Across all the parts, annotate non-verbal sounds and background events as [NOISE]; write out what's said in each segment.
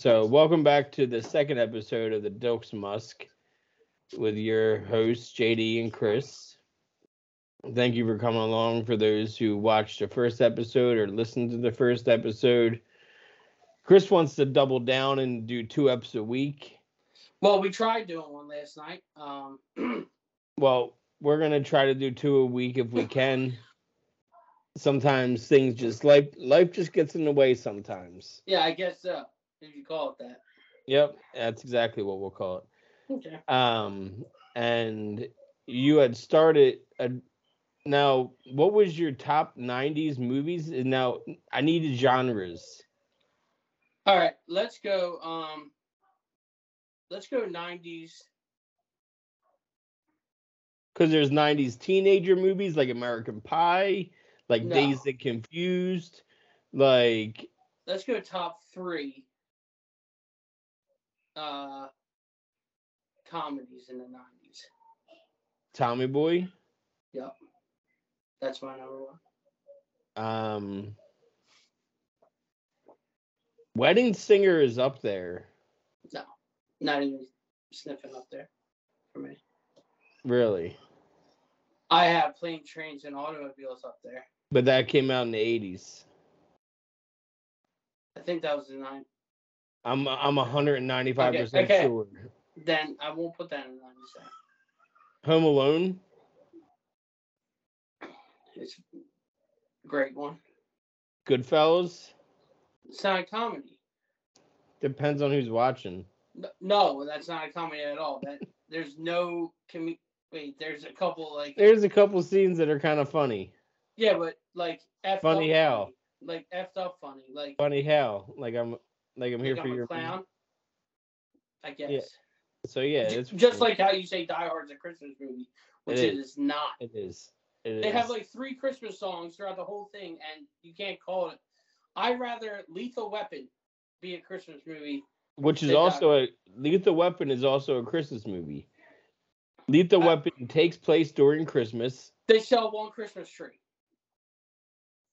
So, welcome back to the second episode of the Dokes Musk with your hosts, JD and Chris. Thank you for coming along for those who watched the first episode or listened to the first episode. Chris wants to double down and do two eps a week. Well, we tried doing one last night. Um, Well, we're gonna try to do two a week if we can. Sometimes things just life life just gets in the way sometimes. yeah, I guess so. If you call it that. Yep, that's exactly what we'll call it. Okay. Um, and you had started a, now what was your top 90s movies? And now I need genres. All right, let's go. Um, let's go nineties. Cuz there's 90s teenager movies like American Pie, like No. Days That Confused, like Let's go top three. Uh, comedies in the nineties. Tommy Boy. That's my number one. Um, Wedding Singer is up there, Not even sniffing up there for me. really, I have plane, trains, and automobiles up there. but that came out in the '80s. I think that was the nine. I'm I'm 195 percent Okay, okay. sure. Then I won't put that in the nineties. then. Home Alone. It's a great one. Goodfellas It's not a comedy. depends on who's watching. N- No, that's not a comedy at all. That there's no com. Wait, there's a couple like There's a couple scenes that are kind of funny. yeah, but like effed Funny up how? funny. like effed up funny, like Funny hell, like I'm like I'm here like for I'm your a clown. I guess So yeah, J- it's just like how you say Die Hard's a Christmas movie, which It it is not. it is. It They have is. like three Christmas songs throughout the whole thing, and you can't call it. I rather Lethal Weapon be a Christmas movie. Which is They got- also a Lethal Weapon is also a Christmas movie. Lethal I- Weapon takes place during Christmas. They sell one Christmas tree.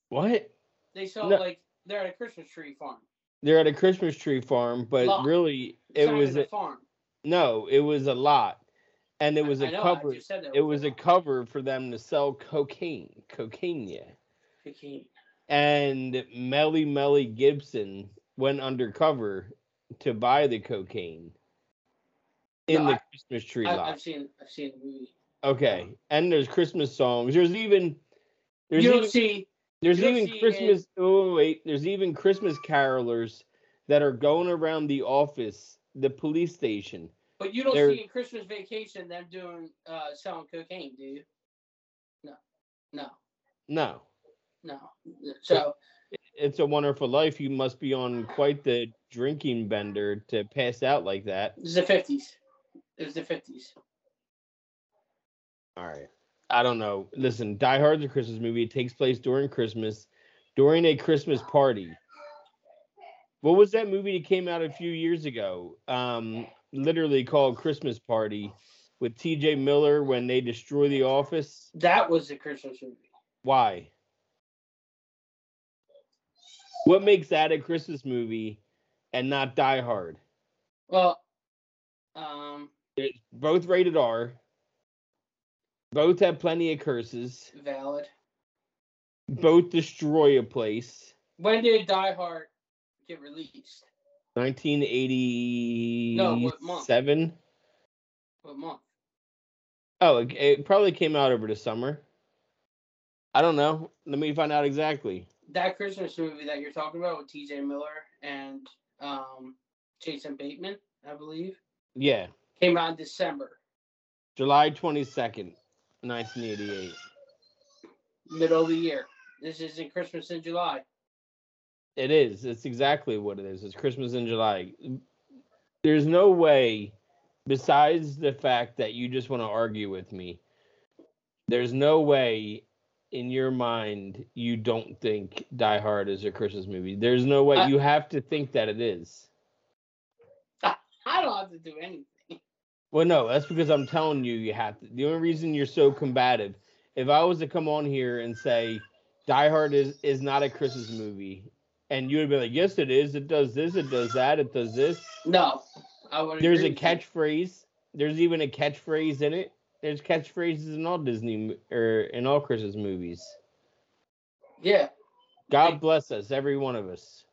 What? They sell No. like they're at a Christmas tree farm. They're at a Christmas tree farm, but Lot. really It's it not was even a, a farm. no, it was a lot, and it was a a cover. said that It was a lot. cover for them to sell cocaine, cocaine, yeah. Cocaine. And Melly Melly Gibson went undercover to buy the cocaine in No, the I- Christmas tree I, lot. I've seen. I've seen the movie. Okay, and there's Christmas songs. There's even there's you don't even see. there's you don't even see it. Christmas. Oh wait, there's even Christmas carolers that are going around the office, the police station. But you don't there- see in Christmas Vacation them doing uh, selling cocaine, do you? No, no, No, no. So it's a Wonderful Life. You must be on quite the drinking bender to pass out like that. it's the fifties. It was the fifties. All right, I don't know. Listen, Die Hard's a Christmas movie. It takes place during Christmas, during a Christmas party. What was that movie that came out a few years ago? Um, literally called Christmas Party with T.J. Miller when they destroy the office. That was the Christmas movie. Why? What makes that a Christmas movie and not Die Hard? Well, um, Both rated R. Both have plenty of curses. valid. Both destroy a place. When did Die Hard get released? 1987. What month? oh, it, it probably came out over the summer. I don't know. Let me find out exactly. That Christmas movie that you're talking about with T.J. Miller and um, Jason Bateman, I believe, Yeah, came out in December. July 22nd, 1988. middle of the year. This isn't Christmas in July. It is. It's exactly what it is. It's Christmas in July. There's no way, besides the fact that you just want to argue with me, there's no way in your mind you don't think Die Hard is a Christmas movie. There's no way. I- you have to think that it is. I don't have to do anything. Well, no, that's because I'm telling you, you have to. The only reason you're so combative, if I was to come on here and say Die Hard is, is not a Christmas movie, and you would be like, yes, it is. It does this. It does that. It does this. No, I would. There's agree a with you. catchphrase. There's even a catchphrase in it. There's catchphrases in all Disney mo- or in all Christmas movies. Yeah. God Right. bless us, every one of us.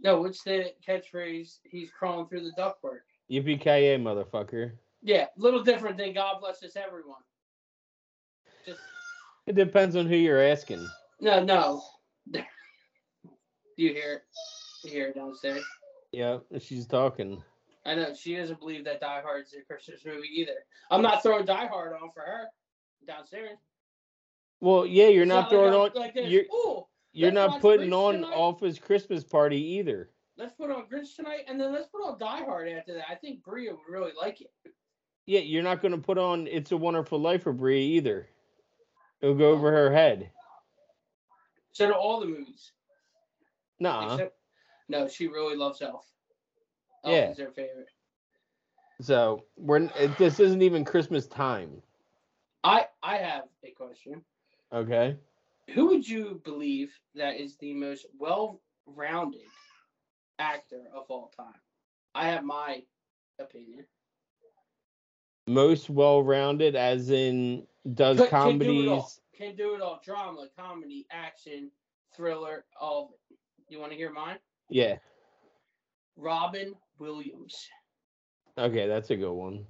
No, what's the catchphrase? He's crawling through the ductwork. Yippee ki yay, motherfucker. Yeah, little different than God bless us everyone. Just It depends on who you're asking. no, no. [LAUGHS] you hear it? You hear it downstairs? Yeah, she's talking. I know she doesn't believe that Die Hard is a Christmas movie either. I'm not throwing Die Hard on for her downstairs. Well, yeah, you're It's not like throwing I'm- on. like this. you're- Ooh, You're Let's not watch putting Grinch on tonight. Office Christmas Party either. let's put on Grinch tonight, and then let's put on Die Hard after that. I think Bria would really like it. Yeah, you're not going to put on It's a Wonderful Life for Brie either. It'll go over her head. So do all the movies. Nah. Except, no, she really loves Elf. Elf Yeah. is her favorite. So we're it- this isn't even Christmas time. I I have a question. Okay. Who would you believe that is the most well-rounded actor of all time? I have my opinion. Most well-rounded, as in does But can do it all. comedies. Can do it all: drama, comedy, action, thriller, all of it. You want to hear mine? Yeah. Robin Williams. Okay, that's a good one.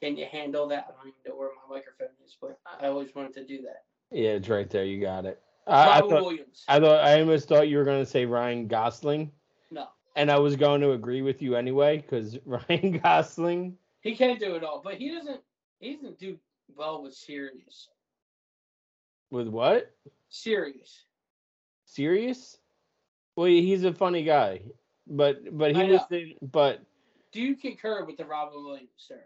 Can you handle that? I don't even know where my microphone is, but I always wanted to do that. Yeah, it's right there. You got it. I, I Robin thought Williams. I thought I almost thought you were gonna say Ryan Gosling, no, and I was going to agree with you anyway because [LAUGHS] Ryan Gosling. he can do it all, but he doesn't. He doesn't do well with serious. With what? Serious. Serious? Well, he's a funny guy, but but he I was know. the, but Do you concur with the Robin Williams, sir?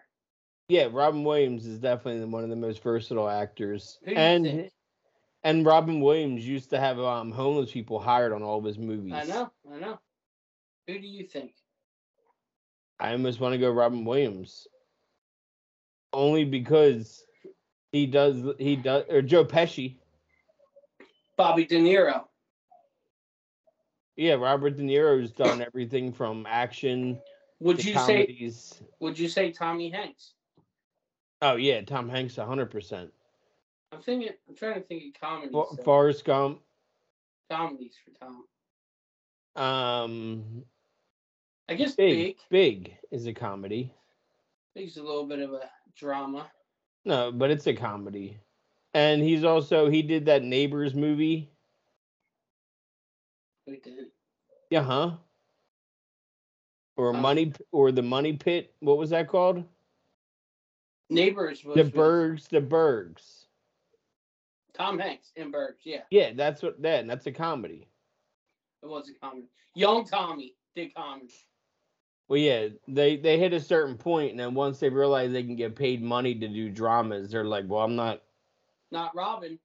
yeah, Robin Williams is definitely one of the most versatile actors, Who do you and think? and Robin Williams used to have um, homeless people hired on all of his movies. I know, I know. Who do you think? I almost want to go Robin Williams, only because he does he does or Joe Pesci. Bobby De Niro. Yeah, Robert De Niro's done everything from action Would to you say comedies. would you say Tommy Hanks? Oh yeah, Tom Hanks, hundred percent. I'm thinking I'm trying to think of comedies. so- Forrest Gump. comedies for Tom. Um, I guess big, Big. big is a comedy. Big's a little bit of a drama. No, but it's a comedy, and he's also he did that Neighbors movie. We did. Yeah, huh? Or Huh. money, or the Money Pit. What was that called? Neighbors was The with Bergs, the Bergs. Tom Hanks in Birds, yeah. Yeah, that's what that. That's a comedy. It was a comedy. Young Tommy did comedy. Well, yeah, they they hit a certain point, and then once they realize they can get paid money to do dramas, they're like, "Well, I'm not." Not Robin.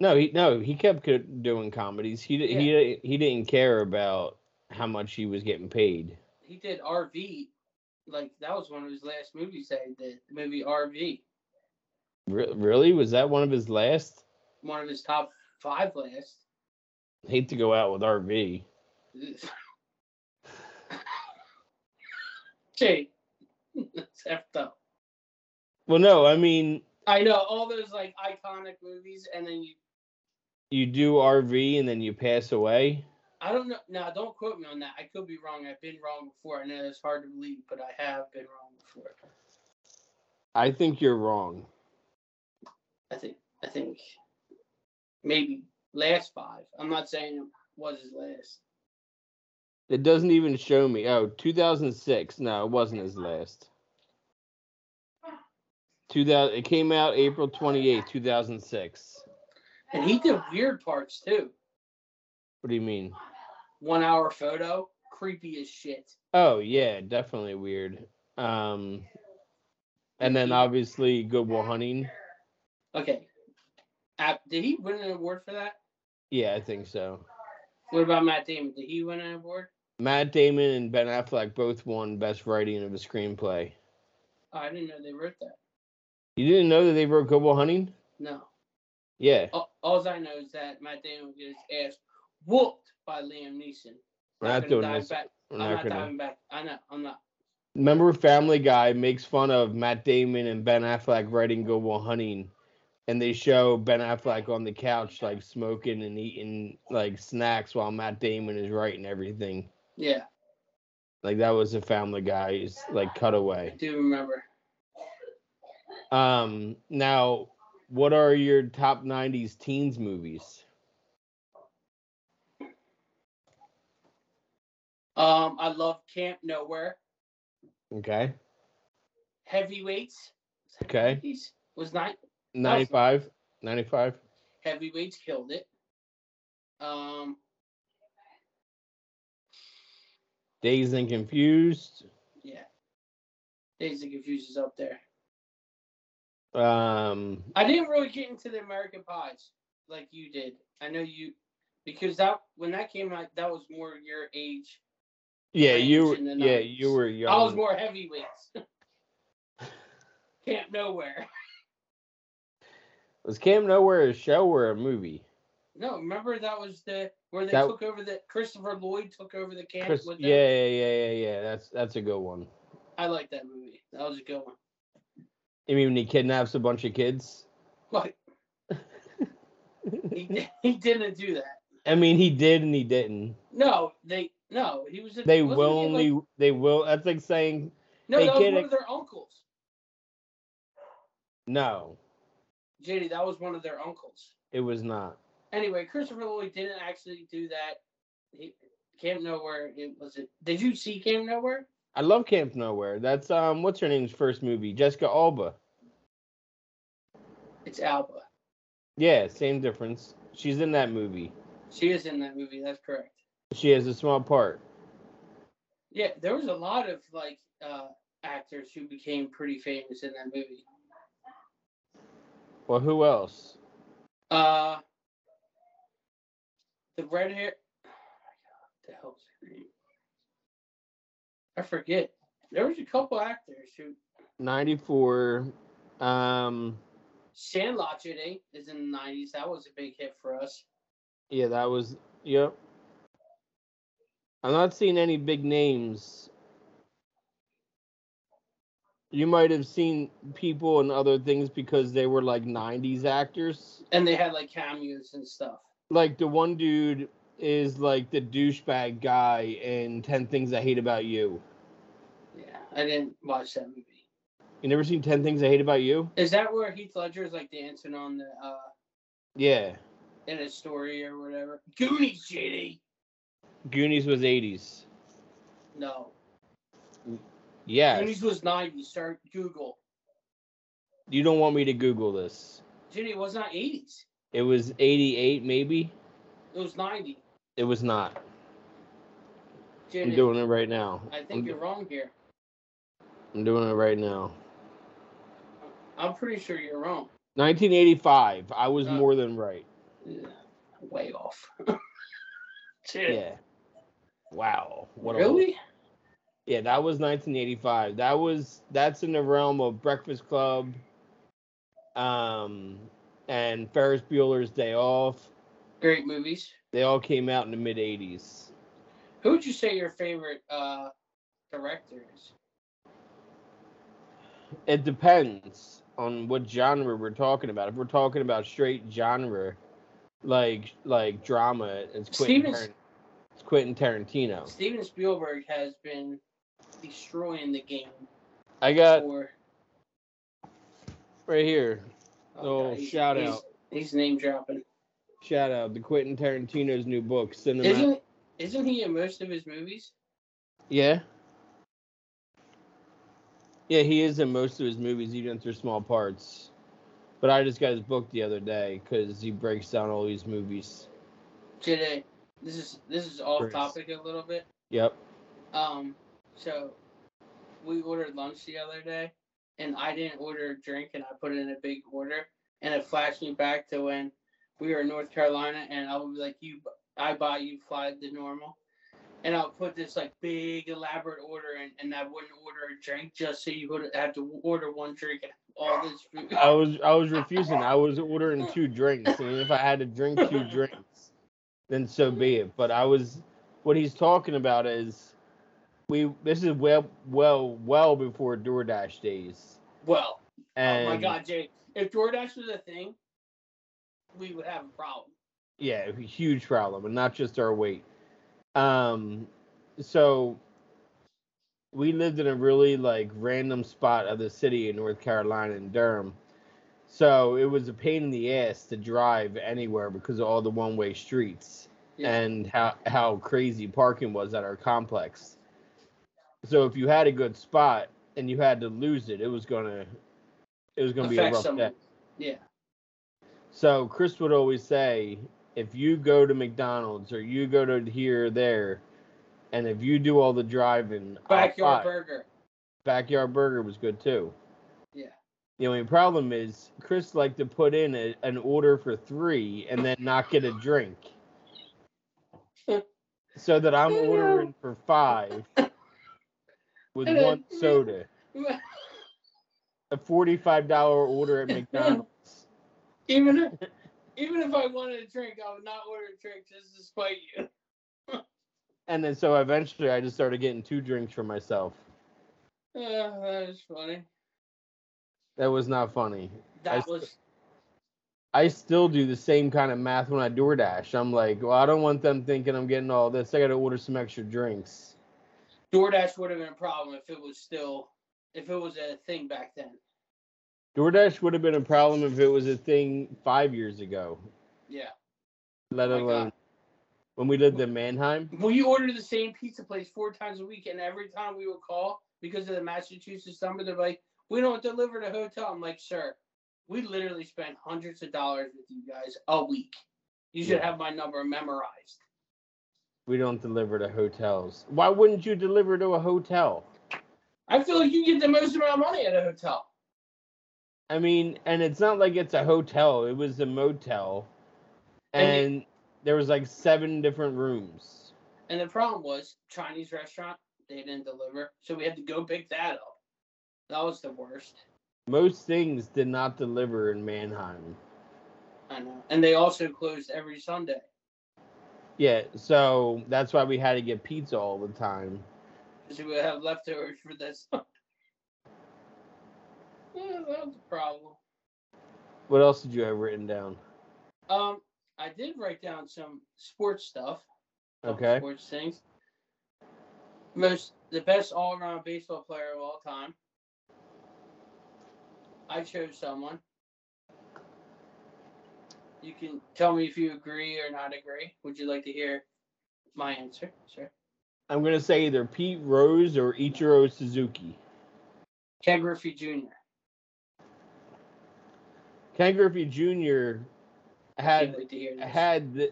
No, he no, he kept co- doing comedies. He di- he di- he didn't care about how much he was getting paid. He did R V. Like that was one of his last movies that he did. The movie R V. Re- really, was that one of his last? One of his top five last. Hate to go out with RV. Jay, that's effed up. Well, no, I mean I know all those like iconic movies, and then you. you do RV and then you pass away. I don't know. Now, don't quote me on that. I could be wrong. I've been wrong before. I know it's hard to believe, but I have been wrong before. I think you're wrong. I think. I think. Maybe last five. I'm not saying it was his last. It doesn't even show me. Oh, 2006. No, it wasn't his last. 2000. It came out April 28, 2006. And he did weird parts too. What do you mean? One hour photo, creepy as shit. Oh yeah, definitely weird. Um, and then obviously Good Will Hunting. Okay. App- Did he win an award for that? Yeah, I think so. What about Matt Damon? Did he win an award? Matt Damon and Ben Affleck both won Best Writing of a Screenplay. Oh, I didn't know they wrote that. You didn't know that they wrote Good Will Hunting? No. Yeah. All, all I know is that Matt Damon gets asked, whooped by Liam Neeson. We're I'm not gonna doing dive this. Back. We're I'm not not gonna- diving back. I know. I'm not. Remember, Family Guy makes fun of Matt Damon and Ben Affleck writing "Go Well Hunting," and they show Ben Affleck on the couch like smoking and eating like snacks while Matt Damon is writing everything. Yeah, Like that was a Family Guy's like I cutaway. do remember. Um, now, what are your top '90s teens movies? Um, I love Camp Nowhere. Okay, Heavyweights. Was that Okay. 90s? Was not 95, 95. heavyweights killed it. Um, Dazed and Confused. yeah. Days and Confused is up there. Um, I didn't really get into the American Pies like you did. I know you because that when that came out, that was more your age. yeah, Range you were, in the yeah, 90s. you were young. I was more heavyweights. [LAUGHS] Camp Nowhere. Was Cam Nowhere a show or a movie? No, remember that was the where they That- took over the Christopher Lloyd took over the camp. Chris, with them. yeah, yeah, yeah, yeah, yeah. That's that's a good one. I like that movie. That was a good one. I mean, when he kidnaps a bunch of kids. Like he, di- he didn't do that. I mean, he did and he didn't. No, they no he was. A, They wasn't he, willingly, like- they will. That's like saying no, they that was get one it. of their uncles. no. JD, that was one of their uncles. It was not. Anyway, Christopher Lloyd didn't actually do that. He Camp Nowhere. It was it. Did you see Camp Nowhere? I love Camp Nowhere. That's um, what's her name's first movie? Jessica Alba. It's Alba. Yeah, same difference. She's in that movie. She is in that movie. That's correct. She has a small part. Yeah, there was a lot of like uh actors who became pretty famous in that movie. Well, who else? Uh, the red hair. [SIGHS] What the hell's her name? I forget. There was a couple actors who. Ninety-four. Um, Sandlot JD is in the '90s. That was a big hit for us. yeah, that was. Yep. I'm not seeing any big names. You might have seen people and other things because they were like '90s actors. And they had like cameos and stuff. Like the one dude is like the douchebag guy in Ten Things I Hate About You. Yeah, I didn't watch that movie. You never seen Ten Things I Hate About You? Is that where Heath Ledger is like dancing on the uh Yeah. in a story or whatever? Goonies JD. Goonies was '80s. No, Yes. Goonies was '90s. Start Google. You don't want me to Google this. JD it was not '80s. It was 88, maybe. It was '90. It was not. I'm JD, doing it right now. I I'm, think you're wrong here. I'm doing it right now. I'm pretty sure you're wrong. 1985. I was Uh, more than right. Way off. [LAUGHS] Yeah. Dude, Wow. What a- really? yeah, that was 1985. That was that's in the realm of Breakfast Club, um, and Ferris Bueller's Day Off. Great movies. They all came out in the mid 80s. Who would you say your favorite uh director is? It depends on what genre we're talking about. If we're talking about straight genre, like like drama, it's Quentin, Stevens- Taran- it's Quentin Tarantino. Steven Spielberg has been destroying the game I got for right here. Oh, he's- shout he's- out. He's name dropping. Shout out to Quentin Tarantino's new book, Cinema. Isn't isn't he in most of his movies? Yeah. Yeah, he is in most of his movies, even through small parts. But I just got his book the other day because he breaks down all these movies. Today, this is this is off Bruce. topic a little bit. Yep. Um, so we ordered lunch the other day, and I didn't order a drink, and I put in a big order, and it flashed me back to when we were in North Carolina, and I would be like, "You, I buy you fly the normal," and I'll put this like big elaborate order in, and I wouldn't order a drink just so you would have to order one drink and all this food. [LAUGHS] I [LAUGHS] was I was refusing. I was ordering two drinks, and if I had to drink two drinks, then so be it. But I was what he's talking about is we this is well well well before DoorDash days. Well, And oh my God, Jake, if DoorDash was a thing, we would have a problem. Yeah, a huge problem, and not just our weight. Um, so we lived in a really like random spot of the city in North Carolina in Durham. So it was a pain in the ass to drive anywhere because of all the one-way streets Yeah. and how how crazy parking was at our complex. So if you had a good spot and you had to lose it, it was gonna it was gonna be a Affect rough someone. day. Yeah. So Chris would always say, if you go to McDonald's or you go to here or there, and if you do all the driving, I'll Backyard buy- burger. backyard burger was good too. Yeah. The only problem is Chris liked to put in a, an order for three and then not get a [LAUGHS] drink. so that I'm I know. ordering for five with I know. one soda. [LAUGHS] A forty-five dollar order at McDonald's. even if, even if I wanted a drink, I would not order a drink just to spite you. [LAUGHS] And then so eventually I just started getting two drinks for myself. Uh, that is funny. That was not funny. That I- was I still do the same kind of math when I DoorDash. I'm like, well, I don't want them thinking I'm getting all this. I got to order some extra drinks. DoorDash would have been a problem if it was still if it was a thing back then. DoorDash would have been a problem if it was a thing five years ago, Yeah. let Oh my alone God. when we lived in Mannheim. We ordered the same pizza place four times a week, and every time we would call because of the Massachusetts number, they're like, "We don't deliver to hotel." I'm like, "Sir, we literally spent hundreds of dollars with you guys a week. You should Yeah. have my number memorized." We don't deliver to hotels. Why wouldn't you deliver to a hotel? I feel like you get the most amount of money at a hotel. I mean, and it's not like it's a hotel, it was a motel. And And there was like seven different rooms. And the problem was Chinese restaurant, they didn't deliver. So we had to go pick that up. That was the worst. Most things did not deliver in Mannheim. I know. And they also closed every Sunday. Yeah, so that's why we had to get pizza all the time. So we would have leftovers for this. [LAUGHS] yeah, that was a problem. What else did you have written down? Um, I did write down some sports stuff. couple Okay. Sports things. Most the best all around baseball player of all time. I chose someone. You can tell me if you agree or not agree. Would you like to hear my answer, sir? I'm gonna say either Pete Rose or Ichiro Suzuki. Ken Griffey Jr. Ken Griffey Jr. You'd had like to hear this. had the,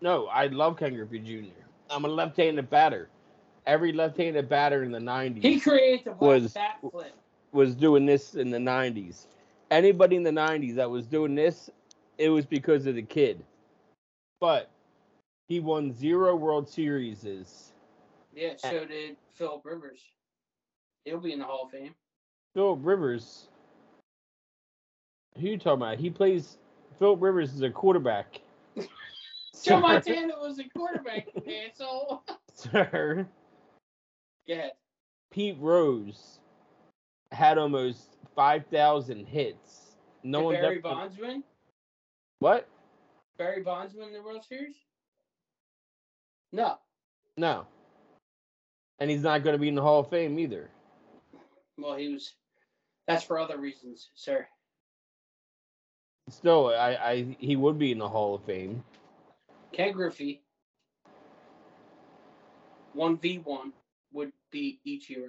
no. I love Ken Griffey Jr. I'm a left-handed batter. Every left-handed batter in the '90s he created the was- was, bat flip. was doing this in the '90s. Anybody in the '90s that was doing this, it was because of the kid. But he won zero World Series. Yeah, so did Phil Rivers. He'll be in the Hall of Fame. Philip Rivers. Who you talking about? He plays. Philip Rivers is a quarterback. [LAUGHS] Joe Montana was a quarterback, [LAUGHS] asshole. [LAUGHS] sir. Go ahead. Pete Rose had almost five thousand hits. No Did one Barry Bonds win? what? Barry Bonds win the World Series? No. No. And he's not going to be in the Hall of Fame either. Well, he was. That's for other reasons, sir. Still, I, I he would be in the Hall of Fame. Ken Griffey, 1v1 would beat Ichiro.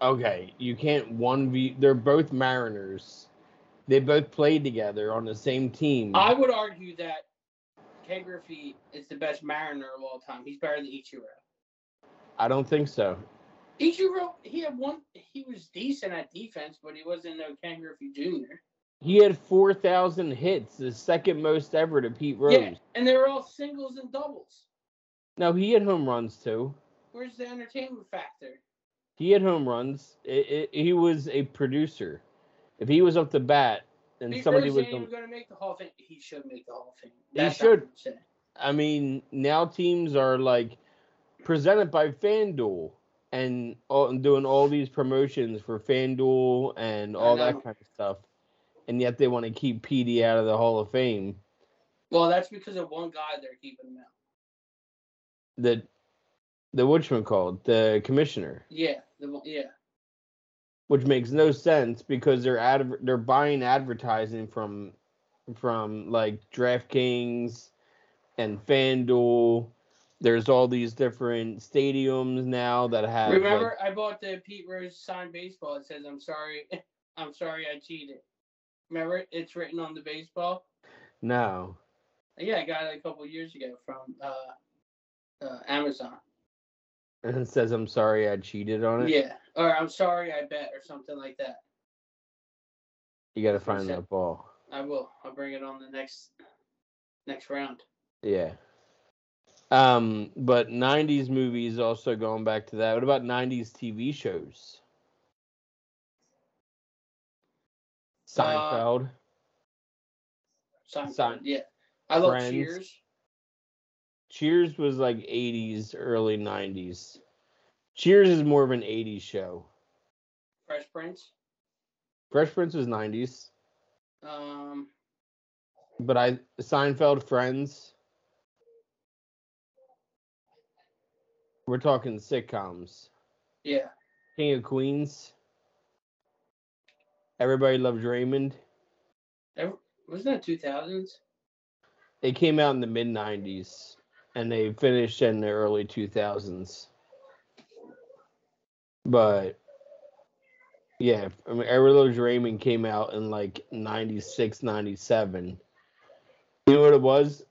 Okay, you can't one v. They're both Mariners. They both played together on the same team. I would argue that Ken Griffey is the best Mariner of all time. He's better than Ichiro. I don't think so. Ichiro, he had one. He was decent at defense, but he wasn't no Ken Griffey Jr. He had 4,000 hits, the second most ever to Pete Rose. Yeah, and they were all singles and doubles. No, he had home runs too. Where's the entertainment factor? He had home runs. It, it, he was a producer. If he was up to bat and Pete somebody Rose was, ain't the- even going to make the Hall of Fame. He should make the Hall of Fame. He That's should. Not what I'm saying. I mean, now teams are like presented by FanDuel and, all, and doing all these promotions for FanDuel and all that know. kind of stuff, and yet they want to keep PD out of the Hall of Fame. Well, that's because of one guy they're keeping him out. The the whatchamacallit, the commissioner, Yeah, the one- yeah. which makes no sense because they're adver- they're buying advertising from from like DraftKings and FanDuel. There's all these different stadiums now that have like, Remember, I bought the Pete Rose signed baseball. It says, "I'm sorry, [LAUGHS] I'm sorry, I cheated." Remember, it? it's written on the baseball. no. [LAUGHS] Yeah, I got it a couple years ago from uh, uh, Amazon. and it says I'm sorry I cheated on it. Yeah, or I'm sorry, I bet, or something like that. You gotta That's what it find said. that ball. I will. I'll bring it on the next next round. Yeah. Um, but nineties movies also going back to that. What about nineties TV shows? Uh, Seinfeld. Seinfeld. Sign- Yeah, I love Friends. Cheers. Cheers was like eighties, early nineties. Cheers is more of an eighties show. Fresh Prince. Fresh Prince was nineties. Um, But I Seinfeld Friends. We're talking sitcoms. yeah, King of Queens. Everybody loves Raymond. wasn't that two thousands? It came out in the mid '90s, and they finished in the early 2000s. But yeah, I mean, Everybody Loves Raymond came out in like '96, '97. You know what it was?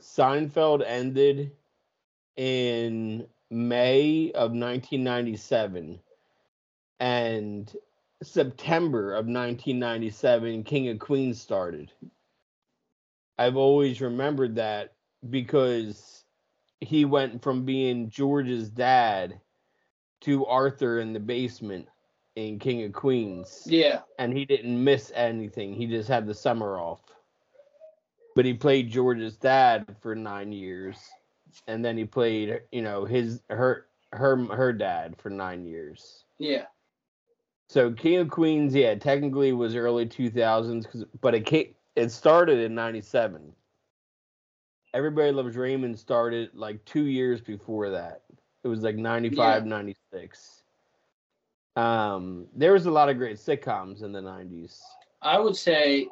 Seinfeld ended in May of 1997, and September of 1997, King of Queens started. I've always remembered that because he went from being George's dad to Arthur in the basement in King of Queens. Yeah, And he didn't miss anything. He just had the summer off. But he played George's dad for nine years. And then he played, you know, his her her her dad for nine years. yeah. So King of Queens, yeah, technically was early 2000s, 'cause- but it ca- it started in '97. Everybody Loves Raymond started like two years before that. It was like 95, 96. Um, there was a lot of great sitcoms in the 90s. I would say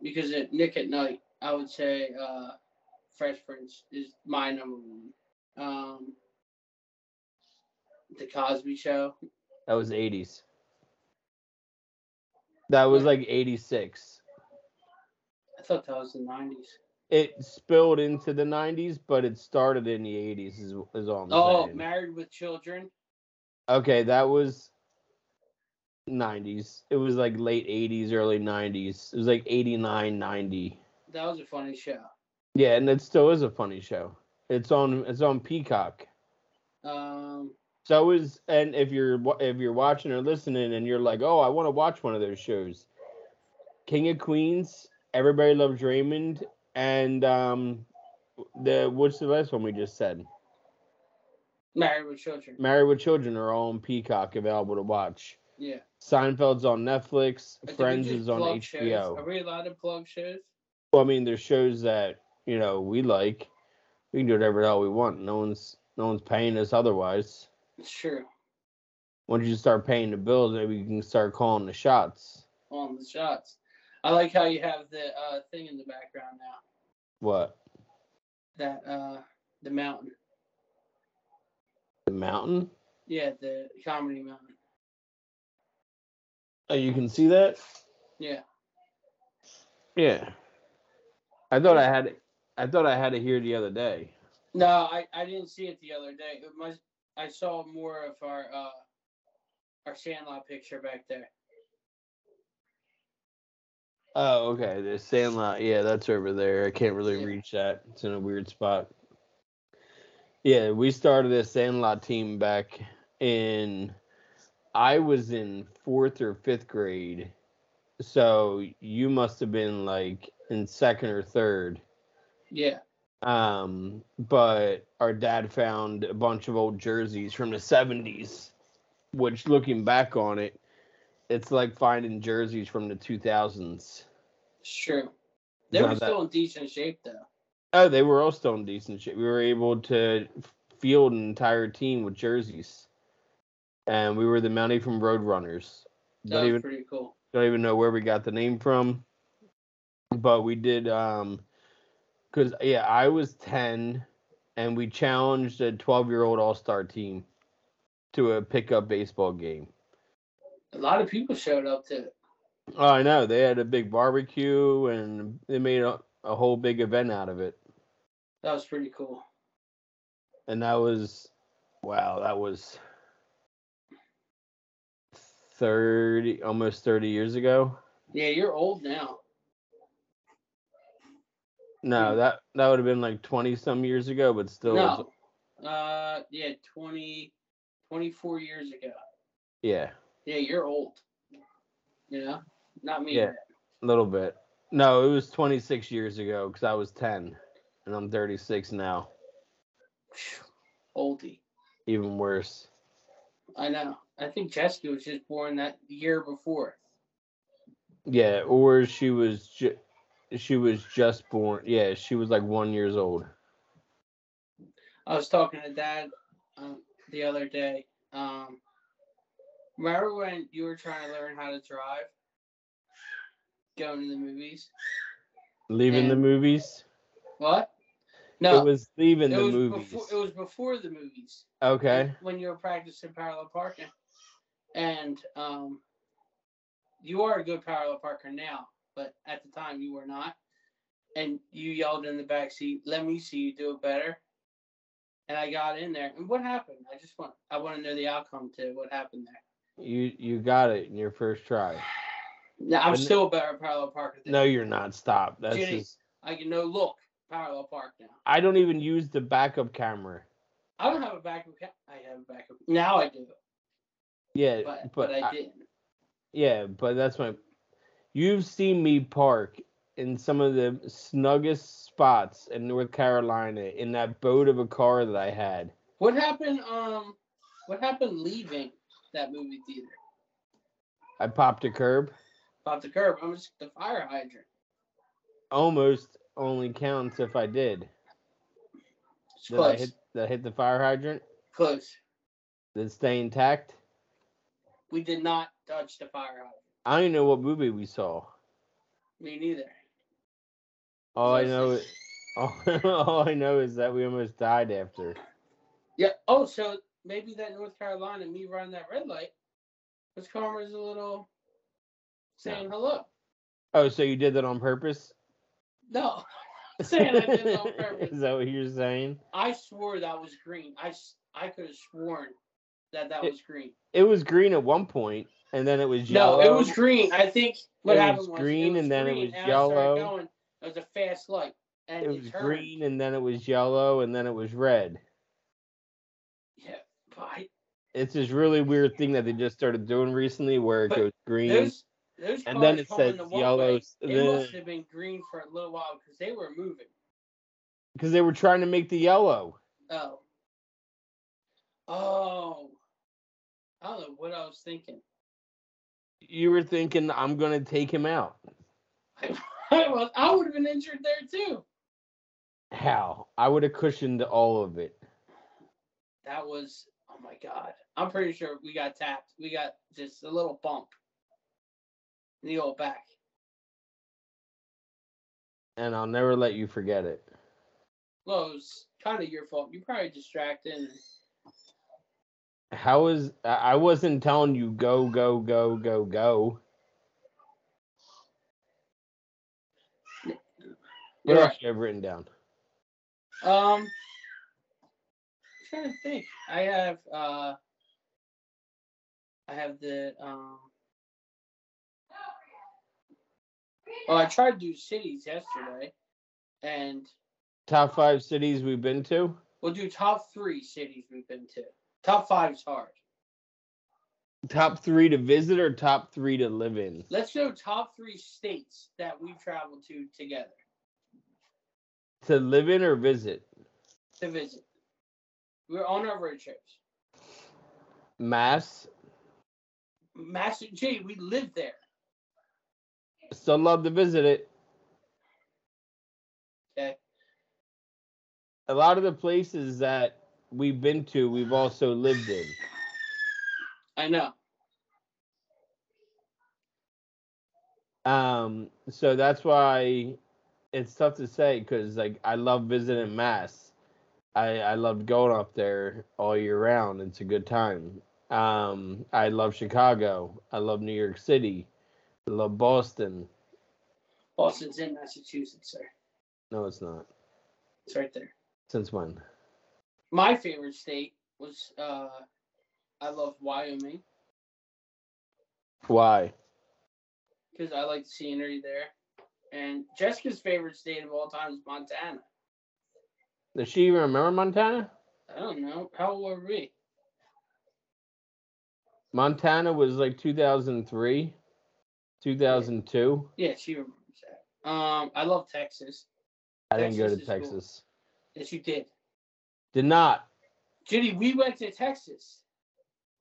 because it Nick at Night. I would say uh, Fresh Prince is my number one. Um, the Cosby Show. That was 80s. That was like 86. I thought that was the nineties. It spilled into the 90s, but it started in the 80s. Is, is all I'm Oh, saying. Married with Children. Okay, that was 90s. It was like late 80s, early 90s. It was like 89, 90. That was a funny show. Yeah, and it still is a funny show. It's on it's on Peacock. Um, So is and if you're wa- if you're watching or listening and you're like, "Oh, I want to watch one of those shows." King of Queens, Everybody Loves Raymond, and um the what's the last one we just said? Married with Children. Married with Children are all on Peacock available to watch. Yeah. Seinfeld's on Netflix. But did we Friends just is on plug HBO. Shows? Are we allowed to plug shows? Well, I mean, there's shows that you know we like. We can do whatever the hell we want. No one's no one's paying us otherwise. It's true. Once you start paying the bills, maybe you can start calling the shots. On the shots. I like how you have the uh, thing in the background now. What That uh, the mountain. the mountain? Yeah, the comedy mountain. Oh, you can see that. Yeah. Yeah. I thought I had it. I thought I had it here the other day. No, I, I didn't see it the other day. It must. I saw more of our uh, our Sandlot picture back there. Oh, okay. The Sandlot. Yeah, that's over there. I can't really Yeah. reach that. It's in a weird spot. Yeah, we started this Sandlot team back in. I was in fourth or fifth grade, so you must have been like in second or third. Yeah. Um, but our dad found a bunch of old jerseys from the 70s, which looking back on it, it's like finding jerseys from the 2000s. It's true. They Not were that- still in decent shape though. Oh, they were all still in decent shape. We were able to f- field an entire team with jerseys, and we were the Mountie from Roadrunners. That Don't was even pretty cool. don't even know where we got the name from, but we did. Um, cause yeah, I was ten, and we challenged a twelve-year-old all-star team to a pickup baseball game. A lot of people showed up to it. Oh, I know they had a big barbecue, and they made a, a whole big event out of it. That was pretty cool. and that was wow that was 30 almost 30 years ago Yeah, you're old now. no that that would have been like 20 some years ago but still it's- no. Uh yeah, 20 24 years ago. yeah Yeah, you're old. You know? Not me. Yeah. a little bit no it was 26 years ago because i was 10 and i'm 36 now Phew, Oldie. even worse I know. I think Jessica was just born that year before. yeah or she was ju- she was just born yeah she was like one years old I was talking to Dad um, the other day. Um, remember when you were trying to learn how to drive, going to the movies? leaving the And- movies What? No, it was leaving it the was movies before. It was before the movies. okay When you were practicing parallel parking, and um, you are a good parallel parker now, but at the time you were not. And you yelled in the back seat, "Let me see you do it better." And I got in there, and what happened? I just want I want to know the outcome to what happened there. you you got it in your first try No, I'm And- still a better parallel parker. Than No, you're not. Stop. That's Jenny. just. I can no look parallel park now. I don't even use the backup camera. I don't have a backup. Ca- I have a backup now. I do, Yeah, but but, but, I, didn't. yeah, but that's my. You've seen me park in some of the snuggest spots in North Carolina in that boat of a car that I had. What happened? Um, what happened leaving that movie theater? I popped a curb. About the curb. I'm just the fire hydrant. Almost only counts if I did. It's Did I close. hit? Did I hit the fire hydrant? close. Did it stay intact? We did not touch the fire hydrant. I don't even know what movie we saw. Me neither. All Oh, I So- know, is, [LAUGHS] all, all I know is that we almost died after. Yeah. Oh, so maybe that North Carolina, me running that red light, was Karma's a little saying hello. Oh, so you did that on purpose? [LAUGHS] No, [LAUGHS] saying I did it on [LAUGHS] purpose. Is that what you're saying? I swore that was green. I, s- I could have sworn that that It- was green. It was green at one point, and then it was yellow. No, it was green. I think It what was happened was it green, was and then it green, was and I started yellow. Going, it was a fast light, and It it, was turned. green, and then it was yellow, and then it was red. Yeah, but I, It's this really weird thing that they just started doing recently, where it But goes green, those those and cars then it pulling says the one yellow. way, It must have been green for a little while because they were moving. Because they were trying to make the yellow. Oh. Oh. I don't know what I was thinking. [LAUGHS] You were thinking, I'm gonna take him out. I was, I would have been injured there too. How? I would have cushioned all of it. That was oh my god. I'm pretty sure we got tapped. We got just a little bump in the old back. And I'll never let you forget it. Well, it was kind of your fault. You probably distracted. And How is I I wasn't telling you go go go go go. What You're else you have written down? Um, I'm trying to think. I have uh, I have the um. Well, I tried to do cities yesterday, and Top five cities we've been to. we'll do top three cities we've been to. Top five is hard. Top three to visit or top three to live in. Let's go top three states that we traveled to together. to live in or visit? to visit. We're on our road trips. Mass. Master G, we live there. Still love to visit it. Okay. A lot of the places that we've been to, we've also lived in. I know. Um, so that's why it's tough to say because like I love visiting Mass. I I loved going up there all year round. It's a good time. Um, I love Chicago. I love New York City. I love Boston. Boston's in Massachusetts, sir. No, it's not. It's right there. Since when? My favorite state was uh I love Wyoming Why? because I like the scenery there. And Jessica's favorite state of all time is Montana. Does she even remember Montana? I don't know. How old were we? Montana was like 2003, 2002. Yeah, she remembers that. Um, I love Texas. I didn't go Texas to is cool. Texas. Yes, you did. Did not. Judy, we went to Texas.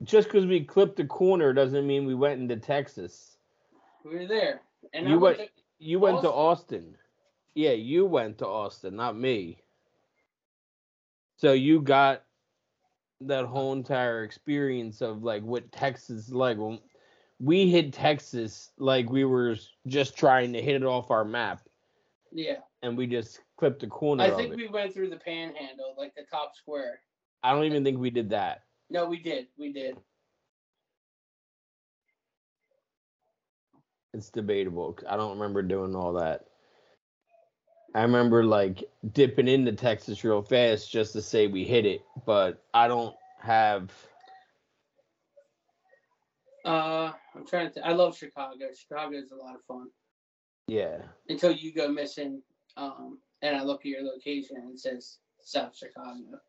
Just because we clipped the corner doesn't mean we went into Texas. We were there. And I You went, went- You went to Austin. Yeah, you went to Austin, not me. So you got that whole entire experience of like what Texas is like. When we hit Texas like we were just trying to hit it off our map to- yeah. and we just clipped the corner I of think it. we went through the panhandle, like the top square. I don't even think we did that. No, we did. We did. It's debatable. 'cause I don't remember doing all that. I remember like dipping into Texas real fast just to say we hit it, but I don't have Uh, I'm trying to. I love Chicago. Chicago is a lot of fun yeah. until you go missing. Um, and I look at your location and it says South Chicago.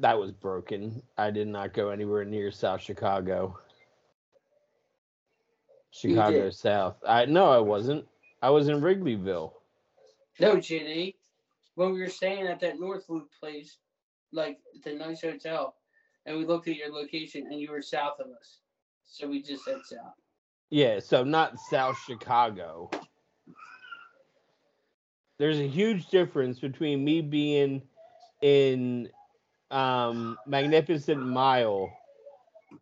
That was broken. I did not go anywhere near South Chicago. You did. Chicago South. I no, I wasn't. I was in Wrigleyville. No, Jenny. When we were staying at that North Loop place, like the nice hotel, and we looked at your location and you were south of us, so we just said south. Yeah, so not South Chicago. There's a huge difference between me being in um, Magnificent Mile,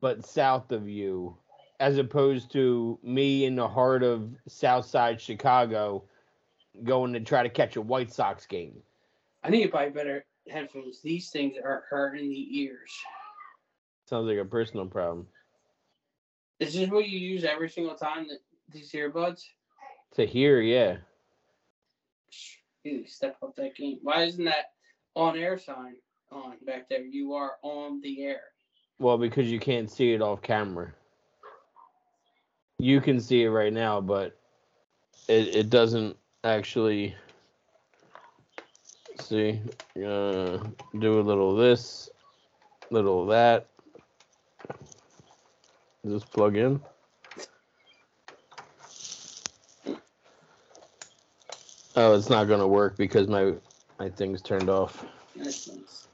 but south of you, as opposed to me in the heart of South Side Chicago going to try to catch a White Sox game. I need to buy better headphones. These things are hurting the ears. Sounds like a personal problem. Is this what you use every single time? That these earbuds? To hear, yeah. Really step up that game. Why isn't that on air sign on back there? You are on the air. Well, because you can't see it off camera. You can see it right now, but it, it doesn't actually see. Uh, do a little this, little that. Does this plug in? Oh, it's not gonna work because my my thing's turned off. That's nice.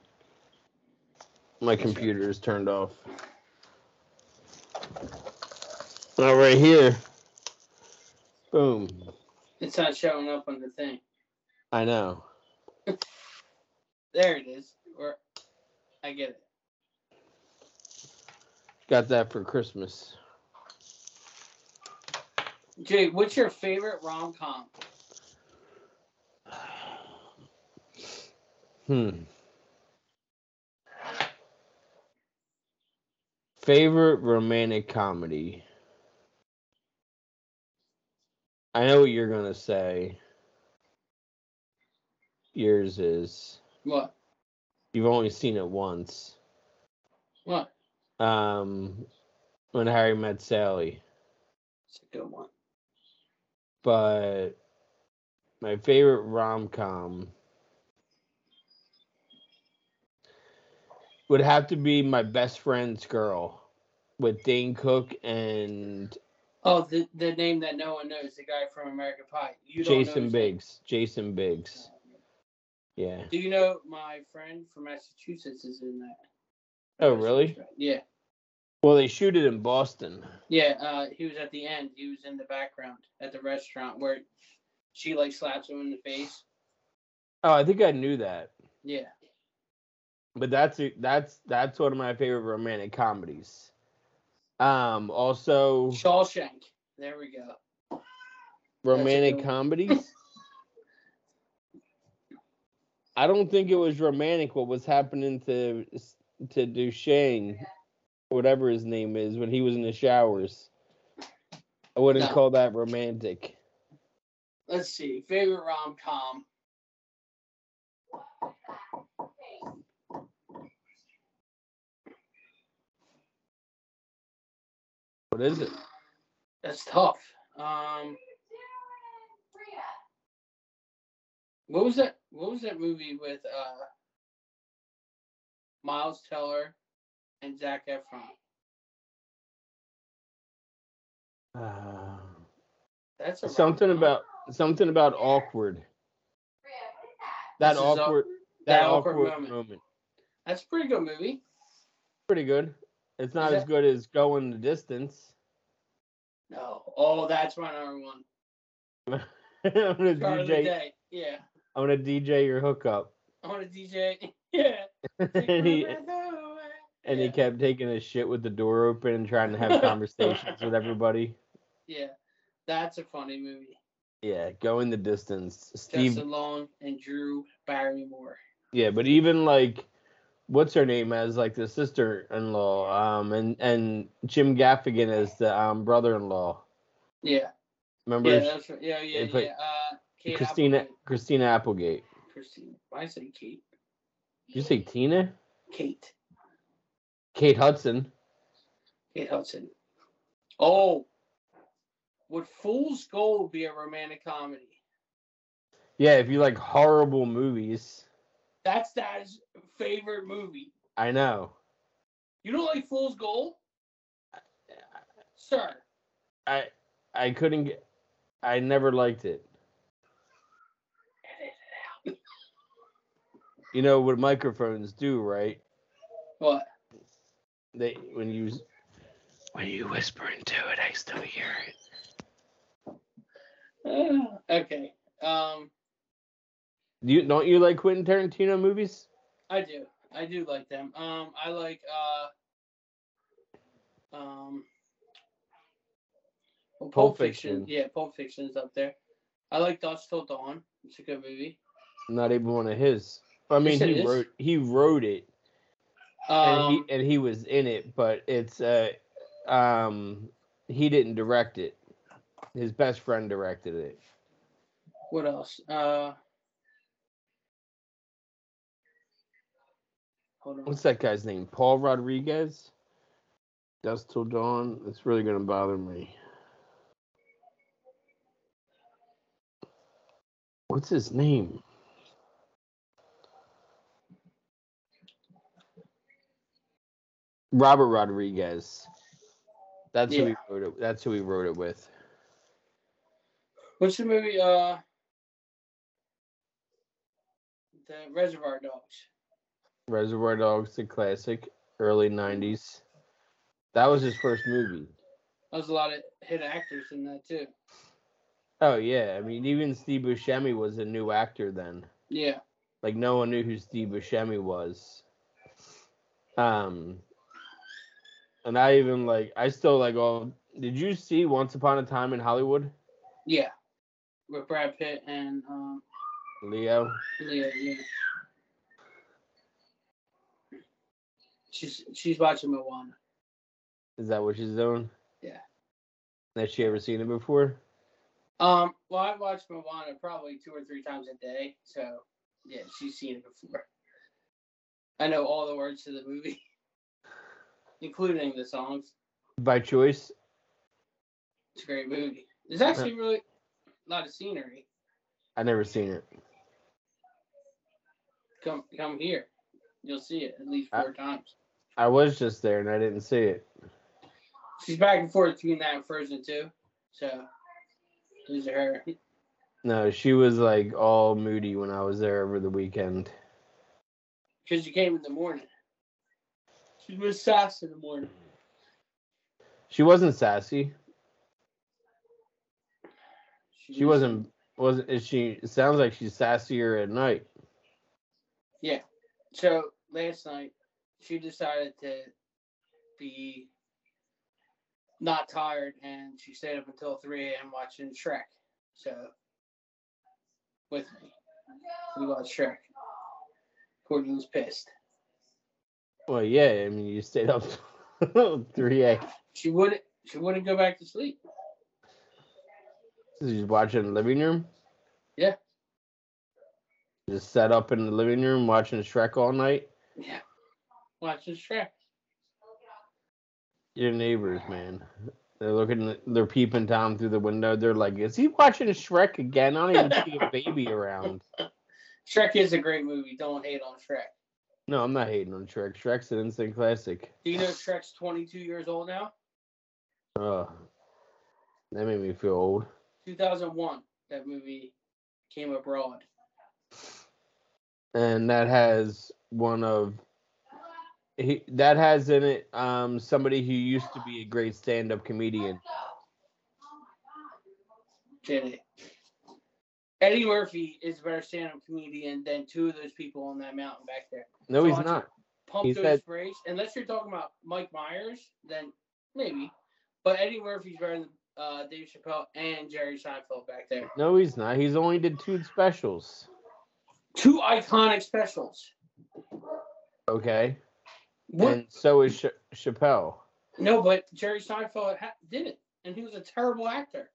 My computer is turned off. Not right here. Boom. It's not showing up on the thing. I know. There it is. Or I get it. Got that for Christmas. Jay, what's your favorite rom com? Hmm. Favorite romantic comedy? I know what you're going to say. Yours is. What? You've only seen it once. What? um, when Harry met Sally. It's a good one. But my favorite rom com would have to be My Best Friend's Girl with Dane Cook and Oh, the the name that no one knows, the guy from American Pie. You don't know Jason his name. Biggs. Jason Biggs. Yeah. Do you know my friend from Massachusetts is in that? Oh, really? Yeah. Well, they shoot it in Boston. Yeah, uh, he was at the end. He was in the background at the restaurant where she like slaps him in the face. Oh, I think I knew that. Yeah. But that's that's that's one of my favorite romantic comedies. Um, also Shawshank. There we go. romantic good comedies. I don't think it was romantic what was happening to to Duchesne, whatever his name is, when he was in the showers. I wouldn't No. call that romantic. Let's see. Favorite rom com. What is it? That's tough. Um, what was that? What was that movie with uh, Miles Teller and Zach Efron? Uh, That's a something rom-com. about something about awkward. That This is aw- awkward that, awkward, moment. That's a pretty good movie. Pretty good. It's not Is as that- good as going the distance. [LAUGHS] No. Oh, that's my number one. I'm gonna Start of the DJ. day. Yeah. I'm gonna DJ your hookup. [LAUGHS] I want to DJ. [LAUGHS] Yeah. Take my and he, breath away. and yeah. he kept taking his shit with the door open and trying to [LAUGHS] have conversations with everybody. yeah. That's a funny movie. Yeah, going the distance. Steve. Justin Long and Drew Barrymore. Yeah, but even like, what's her name as like the sister-in-law, um, and and Jim Gaffigan as the um brother-in-law. Yeah. Remember Yeah. That's right. Yeah. Yeah. they put Yeah. Uh, Kate Christina Applegate. Christina Applegate. Christina. Why did I say Kate? Did you say Tina? Kate. Kate Hudson. Kate Hudson. Oh. Would Fool's Gold be a romantic comedy? Yeah, if you like horrible movies, That's Dad's favorite movie. I know. You don't like Fool's Gold? Sir. I I couldn't get. I never liked it. You know what microphones do, right? What? [SIGHS] They when you when you whisper into it, I still hear it. Ah, okay. Um, Do you don't you like Quentin Tarantino movies? I do. I do like them. Um, I like uh, um, well, Pulp Pulp Fiction. Fiction. Yeah, Pulp Fiction's up there. I like Dust Till Dawn. It's a good movie. Not even one of his. I mean, said he his? wrote he wrote it Um, and he and he was in it, but it's uh um he didn't direct it. His best friend directed it. what else? Uh, hold on. What's that guy's name? Paul Rodriguez. Dust till dawn. It's really gonna bother me. What's his name? Robert Rodriguez. That's who he Yeah. wrote it. That's who he wrote it with. What's the movie? Uh, the Reservoir Dogs. Reservoir Dogs, the classic, early '90s. That was his first movie. That was a lot of hit actors in that too. Oh yeah, I mean even Steve Buscemi was a new actor then. Yeah. Like no one knew who Steve Buscemi was. Um, and I even like I still like all. Did you see Once Upon a Time in Hollywood? Yeah. With Brad Pitt and um, Leo. Leah. Yeah. She's she's watching Moana. Is that what she's doing? Yeah. Has she ever seen it before? Um, well, I watched Moana probably two or three times a day, so yeah, she's seen it before. I know all the words to the movie, [LAUGHS] including the songs. By choice. It's a great movie. There's actually really a lot of scenery. I never seen it. Come come here, you'll see it at least I- four times. I was just there and I didn't see it. She's back and forth between that and Frozen too. So these are her. No, she was like all moody when I was there over the weekend. because you came in the morning. She was sass in the morning. She wasn't sassy. She was- wasn't wasn't is she it sounds like she's sassier at night. So last night, she decided to be not tired, and she stayed up until 3 a.m. watching Shrek. So with me, we watched Shrek. Courtney was pissed. Well yeah, I mean you stayed up [LAUGHS] three A. She wouldn't. She wouldn't go back to sleep. She's watching the living room? Yeah. Just sat up in the living room watching Shrek all night. Yeah, watching Shrek. Your neighbors, man. They're looking they're peeping Tom through the window. They're like, Is he watching Shrek again? I don't even see a baby around. Shrek is a great movie. Don't hate on Shrek. No, I'm not hating on Shrek. Shrek's an instant classic. Do you know Shrek's 22 years old now? Ugh. That made me feel old. 2001. That movie came abroad. and that has one of he, that has in it um somebody who used to be a great stand-up comedian. did it. Eddie Murphy is a better stand-up comedian than two of those people on that mountain back there. No, So he's I- not. Pump He those said- brakes. Unless you're talking about Mike Myers, then maybe. But Eddie Murphy's better than uh, Dave Chappelle and Jerry Seinfeld back there. No, he's not. He's only did two specials. Two iconic specials. Okay, What? and so is Ch- Chappelle. no, but Jerry Seinfeld ha- did it, and he was a terrible actor.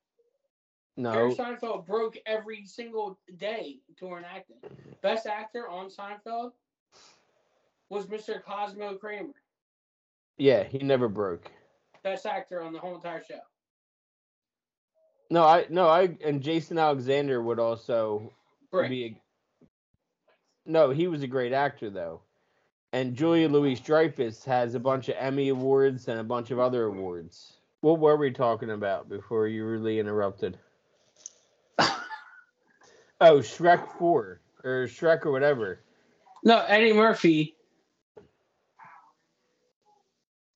Jerry No, Seinfeld broke every single day during acting. Best actor on Seinfeld was Mr. Cosmo Kramer. yeah, he never broke. best actor on the whole entire show. No, I no, I and Jason Alexander would also Brick. be. A, no, he was a great actor though, and Julia Louis Dreyfus has a bunch of Emmy awards and a bunch of other awards. What were we talking about before you really interrupted? oh, Shrek Four or Shrek or whatever. No, Eddie Murphy.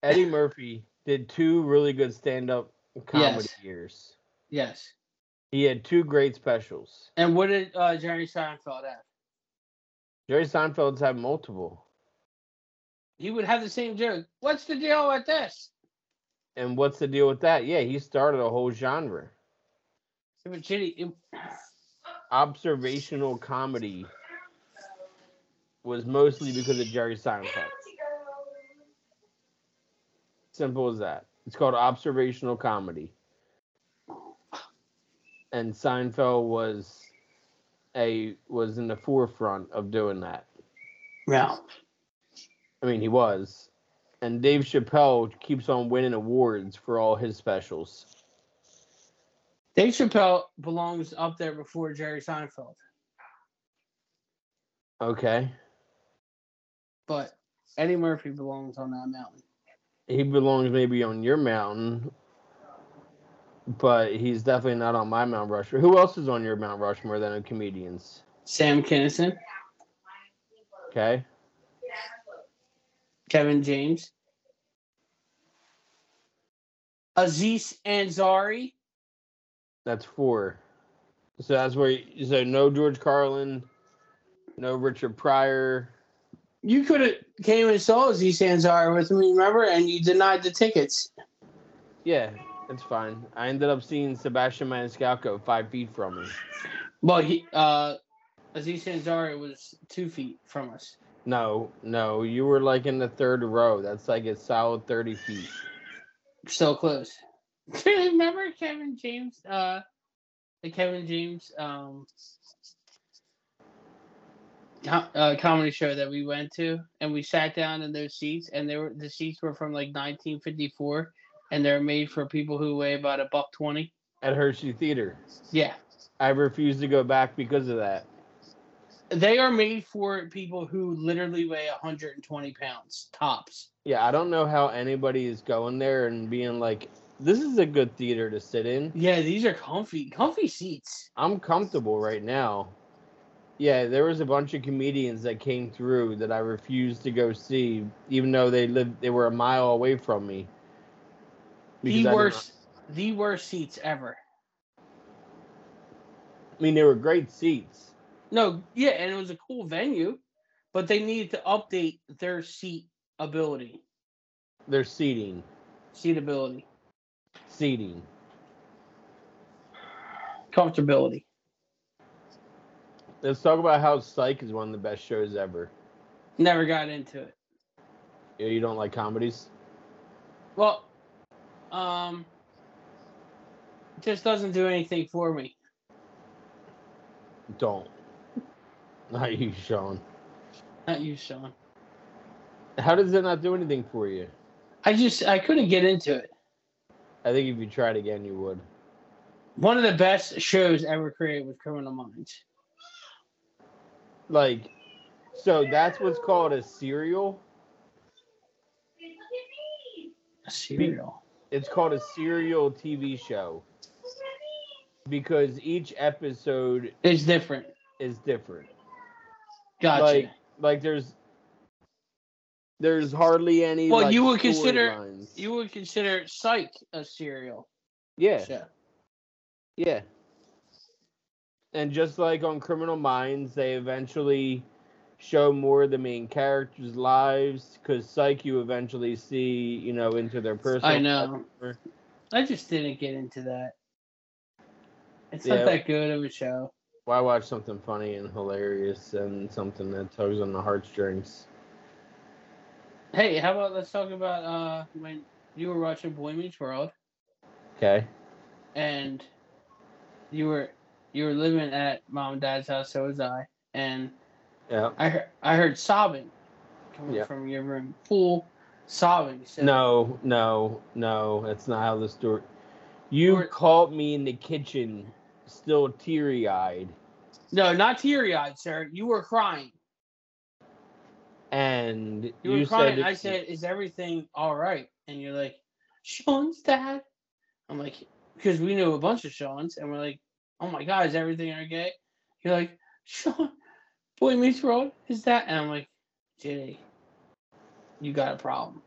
Eddie Murphy did two really good stand-up comedy Yes. years. Yes. He had two great specials. And what did uh, Jerry Seinfeld have? Jerry Seinfeld's had multiple. He would have the same joke. What's the deal with this? And what's the deal with that? Yeah, he started a whole genre. It was shitty. It- observational comedy was mostly because of Jerry Seinfeld. Simple as that. It's called observational comedy. And Seinfeld was a was in the forefront of doing that. No. I mean, he was. And Dave Chappelle keeps on winning awards for all his specials. Dave Chappelle belongs up there before Jerry Seinfeld. Okay. But Eddie Murphy belongs on that mountain. he belongs maybe on your mountain, but he's definitely not on my Mount Rushmore. Who else is on your Mount Rushmore than comedians? Sam Kinison, Okay, Kevin James, Aziz Ansari. that's four. So that's where. You, so no George Carlin, no Richard Pryor. You could have came and saw Aziz Ansari with me, remember? And you denied the tickets. Yeah, that's fine. I ended up seeing Sebastian Maniscalco five feet from me. Well, he, uh, Aziz Ansari was two feet from us. No, no, you were like in the third row. That's like a solid thirty feet. Still close. [LAUGHS] Do you remember Kevin James? Uh, the Kevin James um, co- uh, comedy show that we went to, and we sat down in those seats, and they were the seats were from like 1954, and they're made for people who weigh about a buck twenty. At Hershey Theater, Yeah, I refused to go back because of that. they are made for people who literally weigh 120 pounds tops. Yeah, I don't know how anybody is going there and being like, This is a good theater to sit in. Yeah, these are comfy, comfy seats. I'm comfortable right now. Yeah, there was a bunch of comedians that came through that I refused to go see, even though they lived they were a mile away from me. Because I the didn't- worst, the worst seats ever. I mean, they were great seats. No, yeah, and it was a cool venue, but they needed to update their seat ability, Their seating, seat ability, seating. comfortability. Let's talk about how Psych is one of the best shows ever. Never got into it. You you don't like comedies? Well, um, just doesn't do anything for me. Don't. [LAUGHS] Not you, Sean. Not you, Sean. How does it not do anything for you? I just I couldn't get into it. I think if you tried again, you would. One of the best shows ever created was Criminal Minds. Like, so that's what's called a serial. Serial. It's called a serial TV show because each episode It's different. is different. Gotcha. Like, like there's there's hardly any. Well, like, you would consider- storylines. you would consider Psych a serial yeah show. yeah. And just like on Criminal Minds, they eventually show more of the main characters' lives because Psych, you eventually see, you know, into their personal. I know. life. I just didn't get into that. It's Yeah. not that good of a show. Why watch something funny and hilarious and something that tugs on the heartstrings? Hey, how about let's talk about uh when you were watching Boy Meets World Okay. and you were you were living at mom and dad's house, so was I, and Yeah. I heard I heard sobbing coming Yeah. from your room, full sobbing. So No, no, no. That's not how the story. You Or- caught me in the kitchen, still teary eyed, no, not teary eyed, sir. You were crying. and You were crying. it- I said, "Is everything all right?" And you're like, "Sean's dad." I'm like, because we knew a bunch of Sean's, and we're like, "Oh my God, is everything okay?" You're like, "Sean, boy meets world is that?" And I'm like, "JD, you got a problem."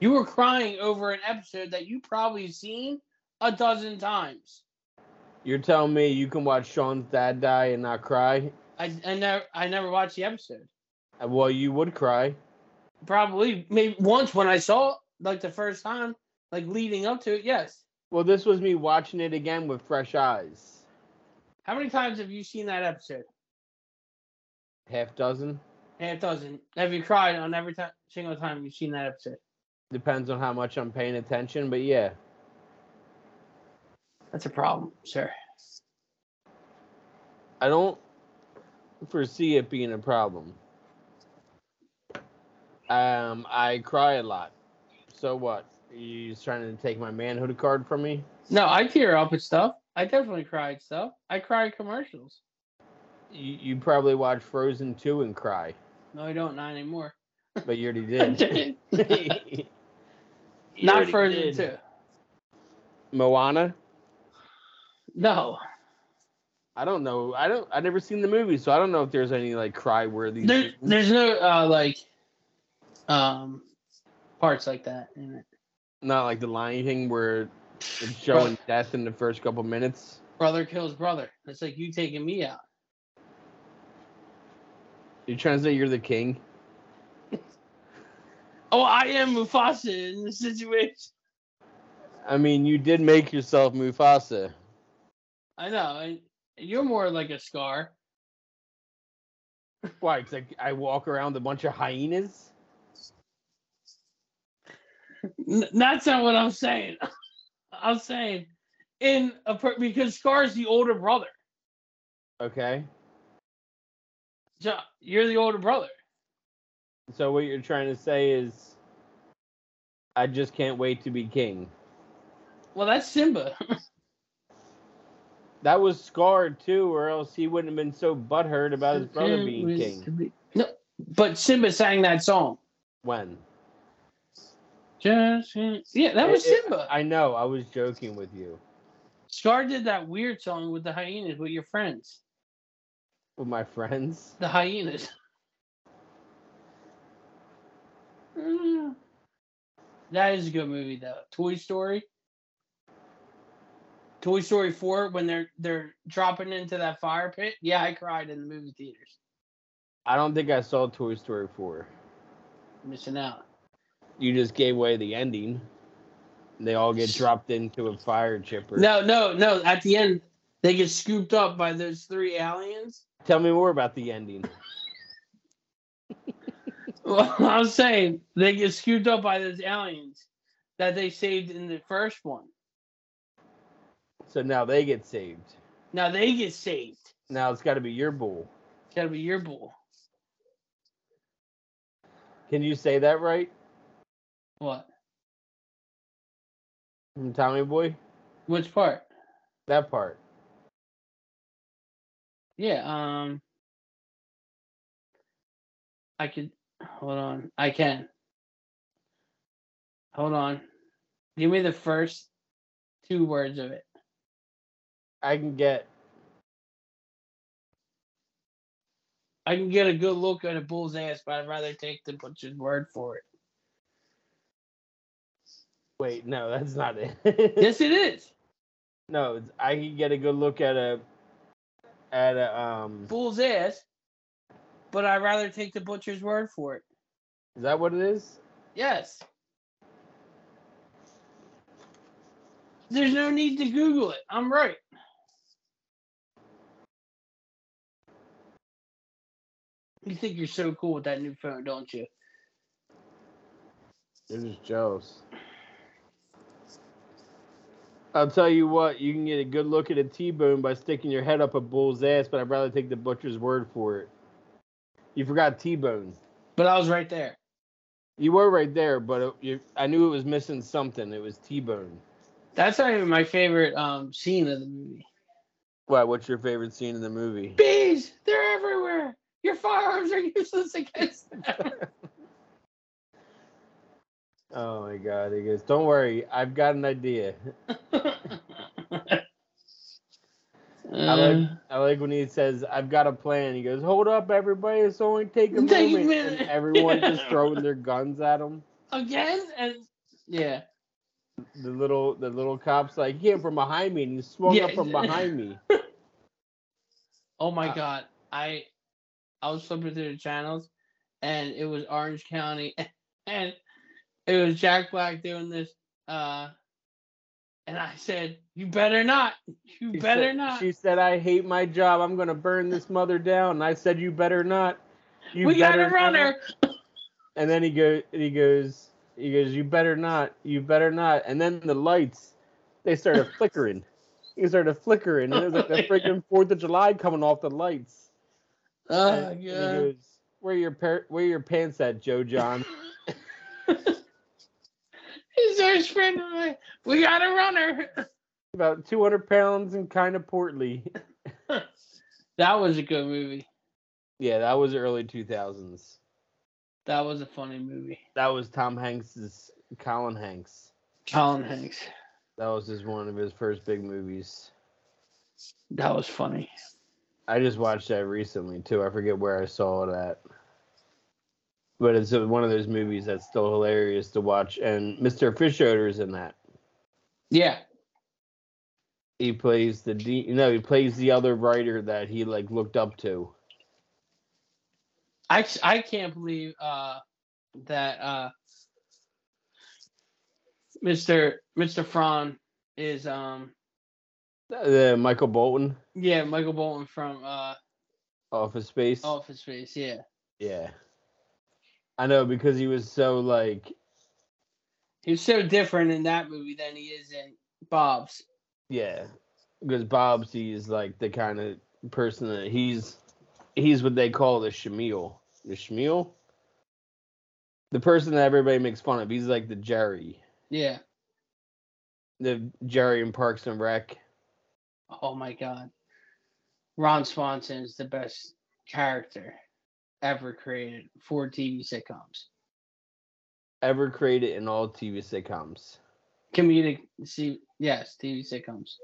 You were crying over an episode that you probably seen a dozen times. You're telling me you can watch Sean's dad die and not cry? I, I never, I never watched the episode. Uh, Well, you would cry. Probably, maybe once when I saw it, like the first time, like leading up to it. Yes. Well, this was me watching it again with fresh eyes. How many times have you seen that episode? Half dozen. Half dozen. Have you cried on every time, single time you've seen that episode? Depends on how much I'm paying attention, but yeah. That's a problem, sir. I don't foresee it being a problem. Um, I cry a lot. So what? You just trying to take my manhood card from me? No, I tear up at stuff. I definitely cry at stuff. I cry at commercials. You, you probably watch Frozen 2 and cry, No, I don't. Not anymore. but [LAUGHS] you already [LAUGHS] did. [LAUGHS] Not You already Frozen did. Two. Moana? No, I don't know. I don't. I never seen the movie, so I don't know if there's any like cry worthy. there, there's no uh, like um parts like that in it. Not like the Lion King where it's showing death in the first couple minutes. Brother kills brother. It's like you taking me out. You're trying to say you're the king. Oh, I am Mufasa in this situation. I mean, you did make yourself Mufasa. I know. And you're more like a scar. Why? It's like I walk around a bunch of hyenas. N- that's not what I'm saying. [LAUGHS] I'm saying in a per- because Scar's the older brother. Okay. So you're the older brother. So what you're trying to say is, I just can't wait to be king. Well, that's Simba. That was Scar too, or else he wouldn't have been so butthurt about his brother being king. No, but Simba sang that song. When? Just yeah, that was It- it- Simba. I know. I was joking with you. Scar did that weird song with the hyenas with your friends. With my friends. The hyenas. [LAUGHS] Mm. That is a good movie though. Toy Story. Toy Story 4 when they're they're dropping into that fire pit. Yeah, I cried in the movie theaters. I don't think I saw Toy Story 4. Missing out. You just gave away the ending. They all get dropped into a fire chipper. No, no, no. At the end, they get scooped up by those three aliens. [LAUGHS] Tell me more about the ending. Well, I was saying they get scooped up by those aliens that they saved in the first one. So now they get saved. Now they get saved. Now it's got to be your bull. It's gotta be your bull. Can you say that right What? from Tommy Boy? Which part? That part. Yeah. Um. I could. Hold on. I can. Hold on. Give me the first two words of it. I can get. I can get a good look at a bull's ass, but I'd rather take the butcher's word for it. Wait, no, [LAUGHS] that's not it. Yes, it is. [LAUGHS] no, it's, I can get a good look at a. At a um. Bull's ass, but I'd rather take the butcher's word for it. Is that what it is? Yes. There's no need to Google it. I'm right. You think you're so cool with that new phone, don't you? They're just jealous. I'll tell you what, you can get a good look at a T-bone by sticking your head up a bull's ass, but I'd rather take the butcher's word for it. You forgot T-bone. But I was right there. You were right there, but it, you, I knew it was missing something. It was T-bone. That's not even my favorite um scene of the movie. Why? What's your favorite scene in the movie? Bees, they're everywhere. Your firearms are [LAUGHS] useless against them. Oh my god, he goes, "Don't worry, I've got an idea." [LAUGHS] I like, I like when he says, "I've got a plan." He goes, "Hold up, everybody! It's only take a [LAUGHS] Take a moment." and minute. everyone [LAUGHS] just throwing their guns at him. Uh, again and yeah. The little, the little cops like, "He came from behind me, and he swung up Yeah. from behind [LAUGHS] me." Oh my Uh, god, I I was flipping through the channels, and it was Orange County, [LAUGHS] and it was Jack Black doing this, uh, and I said, "You better not, you She better said- not." She said, "I hate my job. I'm gonna burn this mother down." And I said, "You better not." You we got a better not." runner. And then he goes, he goes, he goes, you better not, you better not. And then the lights, they started flickering. They started flickering. And it was like the freaking Fourth of July coming off the lights. Oh and, and he god. goes, where your par- where your pants at, Joe John? He's our friend. of mine. We got a runner. [LAUGHS] About 200 pounds and kind of portly. that was a good movie. Yeah, that was early 2000s. That was a funny movie. That was Tom Hanks's Colin Hanks. Colin Hanks. That was just one of his first big movies. That was funny. I just watched that recently too. I forget where I saw it at. But it's uh, one of those movies that's still hilarious to watch. And Mr. Fishoder's in that. Yeah. He plays the D no, he plays the other writer that he like looked up to. I I can't believe uh, that uh, Mr. Mr. Fron is um Uh, The Michael Bolton yeah Michael Bolton from uh, Office Space. Office Space yeah Yeah. I know because he was so like he's so different in that movie than he is in Bob's yeah. Because Bob sees like the kind of person that he's he's what they call the Shamil. The Shamil? The person that everybody makes fun of. He's like the Jerry. yeah The Jerry in Parks and Rec. oh my God Ron Swanson is the best character ever created for TV sitcoms ever created in all TV sitcoms Comedic, see, yes, TV sitcoms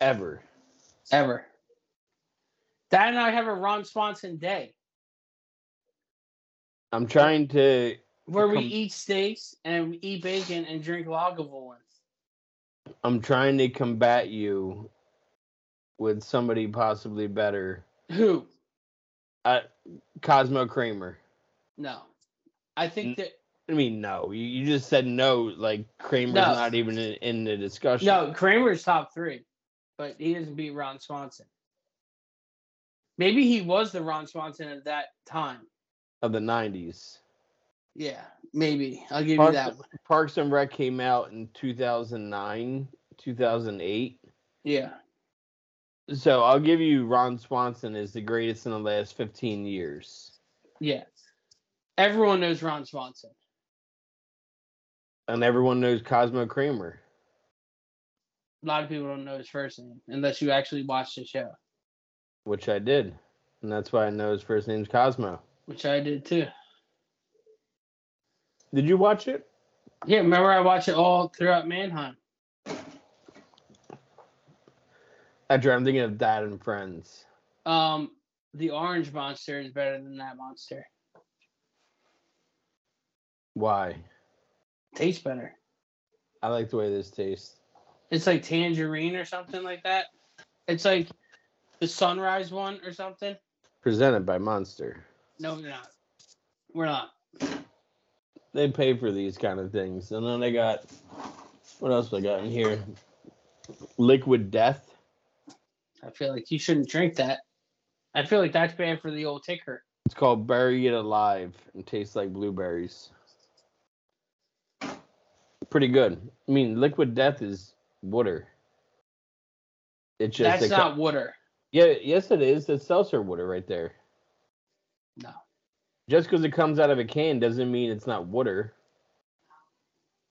ever. ever. That and I have a Ron Swanson day I'm trying to. where we Come- eat steaks and we eat bacon and drink Lagavulin. I'm trying to combat you with somebody possibly better. Who? Cosmo Kramer. No, I think that I mean, no. You, you just said no. Like Kramer's No. not even in, in the discussion. No, Kramer's top three, but he doesn't beat Ron Swanson. Maybe he was the Ron Swanson at that time. Of the '90s. Yeah, maybe. I'll give you Parks, that one. Parks and Rec came out in 2009, 2008. Yeah. So I'll give you Ron Swanson is the greatest in the last 15 years. Yeah. Everyone knows Ron Swanson. And everyone knows Cosmo Kramer. A lot of people don't know his first name unless you actually watch the show, which I did, and that's why I know his first name's Cosmo. which I did too. Did you watch it? Yeah, remember I watched it all throughout Manheim. Actually, I'm thinking of Dad and Friends. Um, the Orange Monster is better than that monster. Why? Tastes better. I like the way this tastes. It's like tangerine or something like that. It's like the sunrise one or something. Presented by Monster. No, we're not. We're not. They pay for these kind of things, and then they got what else they got in here? Liquid Death. I feel like you shouldn't drink that. I feel like that's bad for the old ticker. It's called Bury It Alive and tastes like blueberries. Pretty good. I mean, Liquid Death is water. It's just that's they co- not water. Yeah, yes, it is. That's seltzer water right there. No. Just because it comes out of a can doesn't mean it's not water.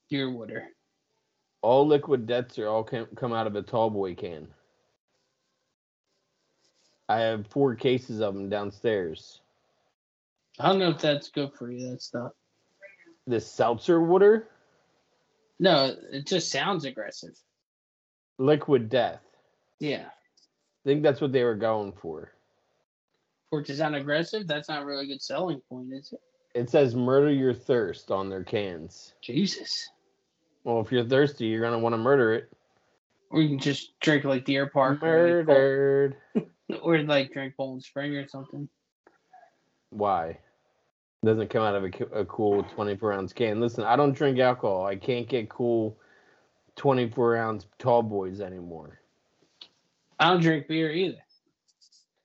Your water. All liquid deaths are all can, come out of a tall boy can. I have four cases of them downstairs. I don't know if that's good for you. That's not. The seltzer water, No, it just sounds aggressive. liquid death. Yeah. I think that's what they were going for. For it to sound aggressive, that's not a really good selling point, is it? It says murder your thirst on their cans. Jesus. Well, if you're thirsty, you're going to want to murder it. Or you can just drink like Deer Park or like, Col- Murdered. or like drink Bold Spring or something. Why? Doesn't come out of a, co- a cool 24 ounce can. Listen, I don't drink alcohol. I can't get cool 24 ounce tall boys anymore. I don't drink beer either.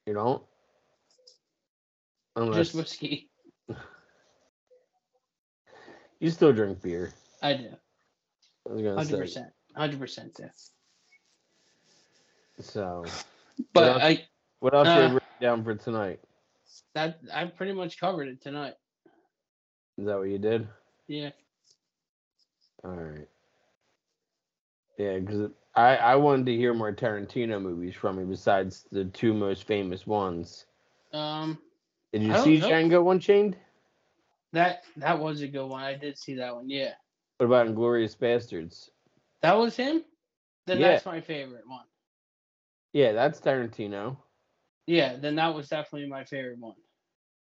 You don't? Unless Just whiskey. you still drink beer. I do. I was gonna Hundred say. percent. Hundred percent. So, But Yeah. I what else are Uh, we writing down for tonight? that I pretty much covered it tonight. Is that what you did? Yeah. All right. Yeah, because I I wanted to hear more Tarantino movies from you besides the two most famous ones. Um. Did I you don't see know. Django Unchained? That that was a good one. I did see that one. Yeah. What about Inglorious Bastards? That was him. Then Yeah. that's my favorite one. Yeah, that's Tarantino. Yeah. Then that was definitely my favorite one.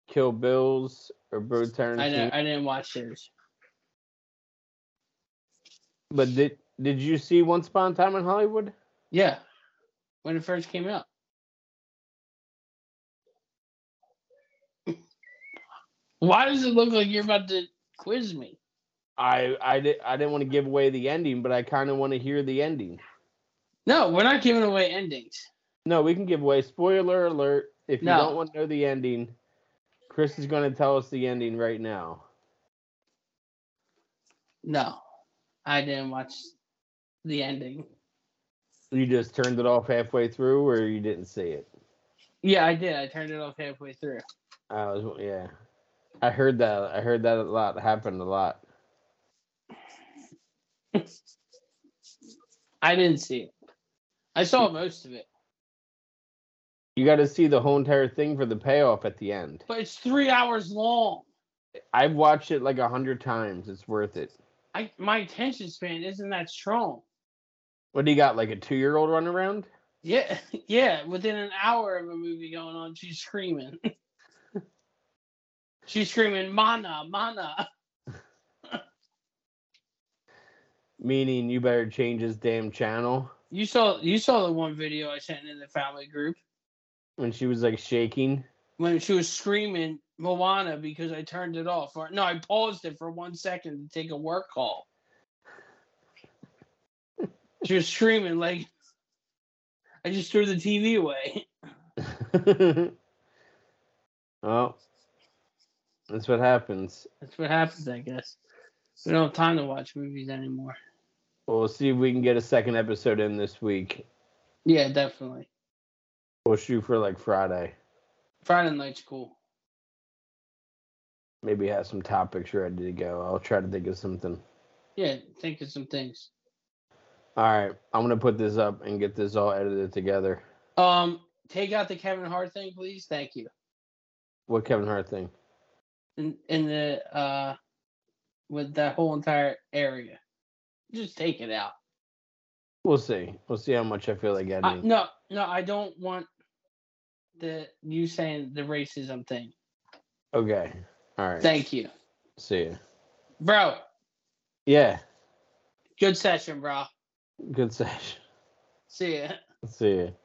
Kill Bills or Bro Tarantino. I didn't, I didn't watch theirs. But did did you see Once Upon a Time in Hollywood? Yeah. When it first came out. Why does it look like you're about to quiz me? I I did I didn't want to give away the ending, but I kind of want to hear the ending. No, we're not giving away endings. No, we can give away spoiler alert. If you No. don't want to know the ending, Chris is going to tell us the ending right now. No, I didn't watch the ending. You just turned it off halfway through, or you didn't see it. Yeah, I did. I turned it off halfway through. I was yeah. I heard that. I heard that a lot. Happened a lot. I didn't see it. I saw most of it, You got to see the whole entire thing for the payoff at the end. but it's three hours long. I've watched it like a hundred times. It's worth it. I my attention span isn't that strong. What do you got? Like a two year old running around? Yeah, [LAUGHS] yeah. Within an hour of a movie going on, she's screaming. [LAUGHS] she's screaming, "Mana, mana!" Meaning you better change his damn channel. You saw, you saw the one video I sent in the family group When she was like shaking. [LAUGHS] when she was screaming Moana because I turned it off. Or, no, I paused it for one second to take a work call. she was screaming like I just threw the TV away. [LAUGHS] well, that's what happens. That's what happens, I guess. We don't have time to watch movies anymore. Well, we'll see if we can get a second episode in this week. Yeah, definitely. We'll shoot for like Friday. Friday night's cool. Maybe have some topics ready to go. I'll try to think of something. Yeah, think of some things. All right, I'm gonna put this up and get this all edited together. Um, take out the Kevin Hart thing, please. Thank you. What Kevin Hart thing? In in the uh, with that whole entire area, just take it out. We'll see. We'll see how much I feel like I, editing. no, no, I don't want the you saying the racism thing. okay. All right. Thank you, see you. bro. Yeah. Good session, bro. Good [LAUGHS] session. See ya. [LAUGHS] See you.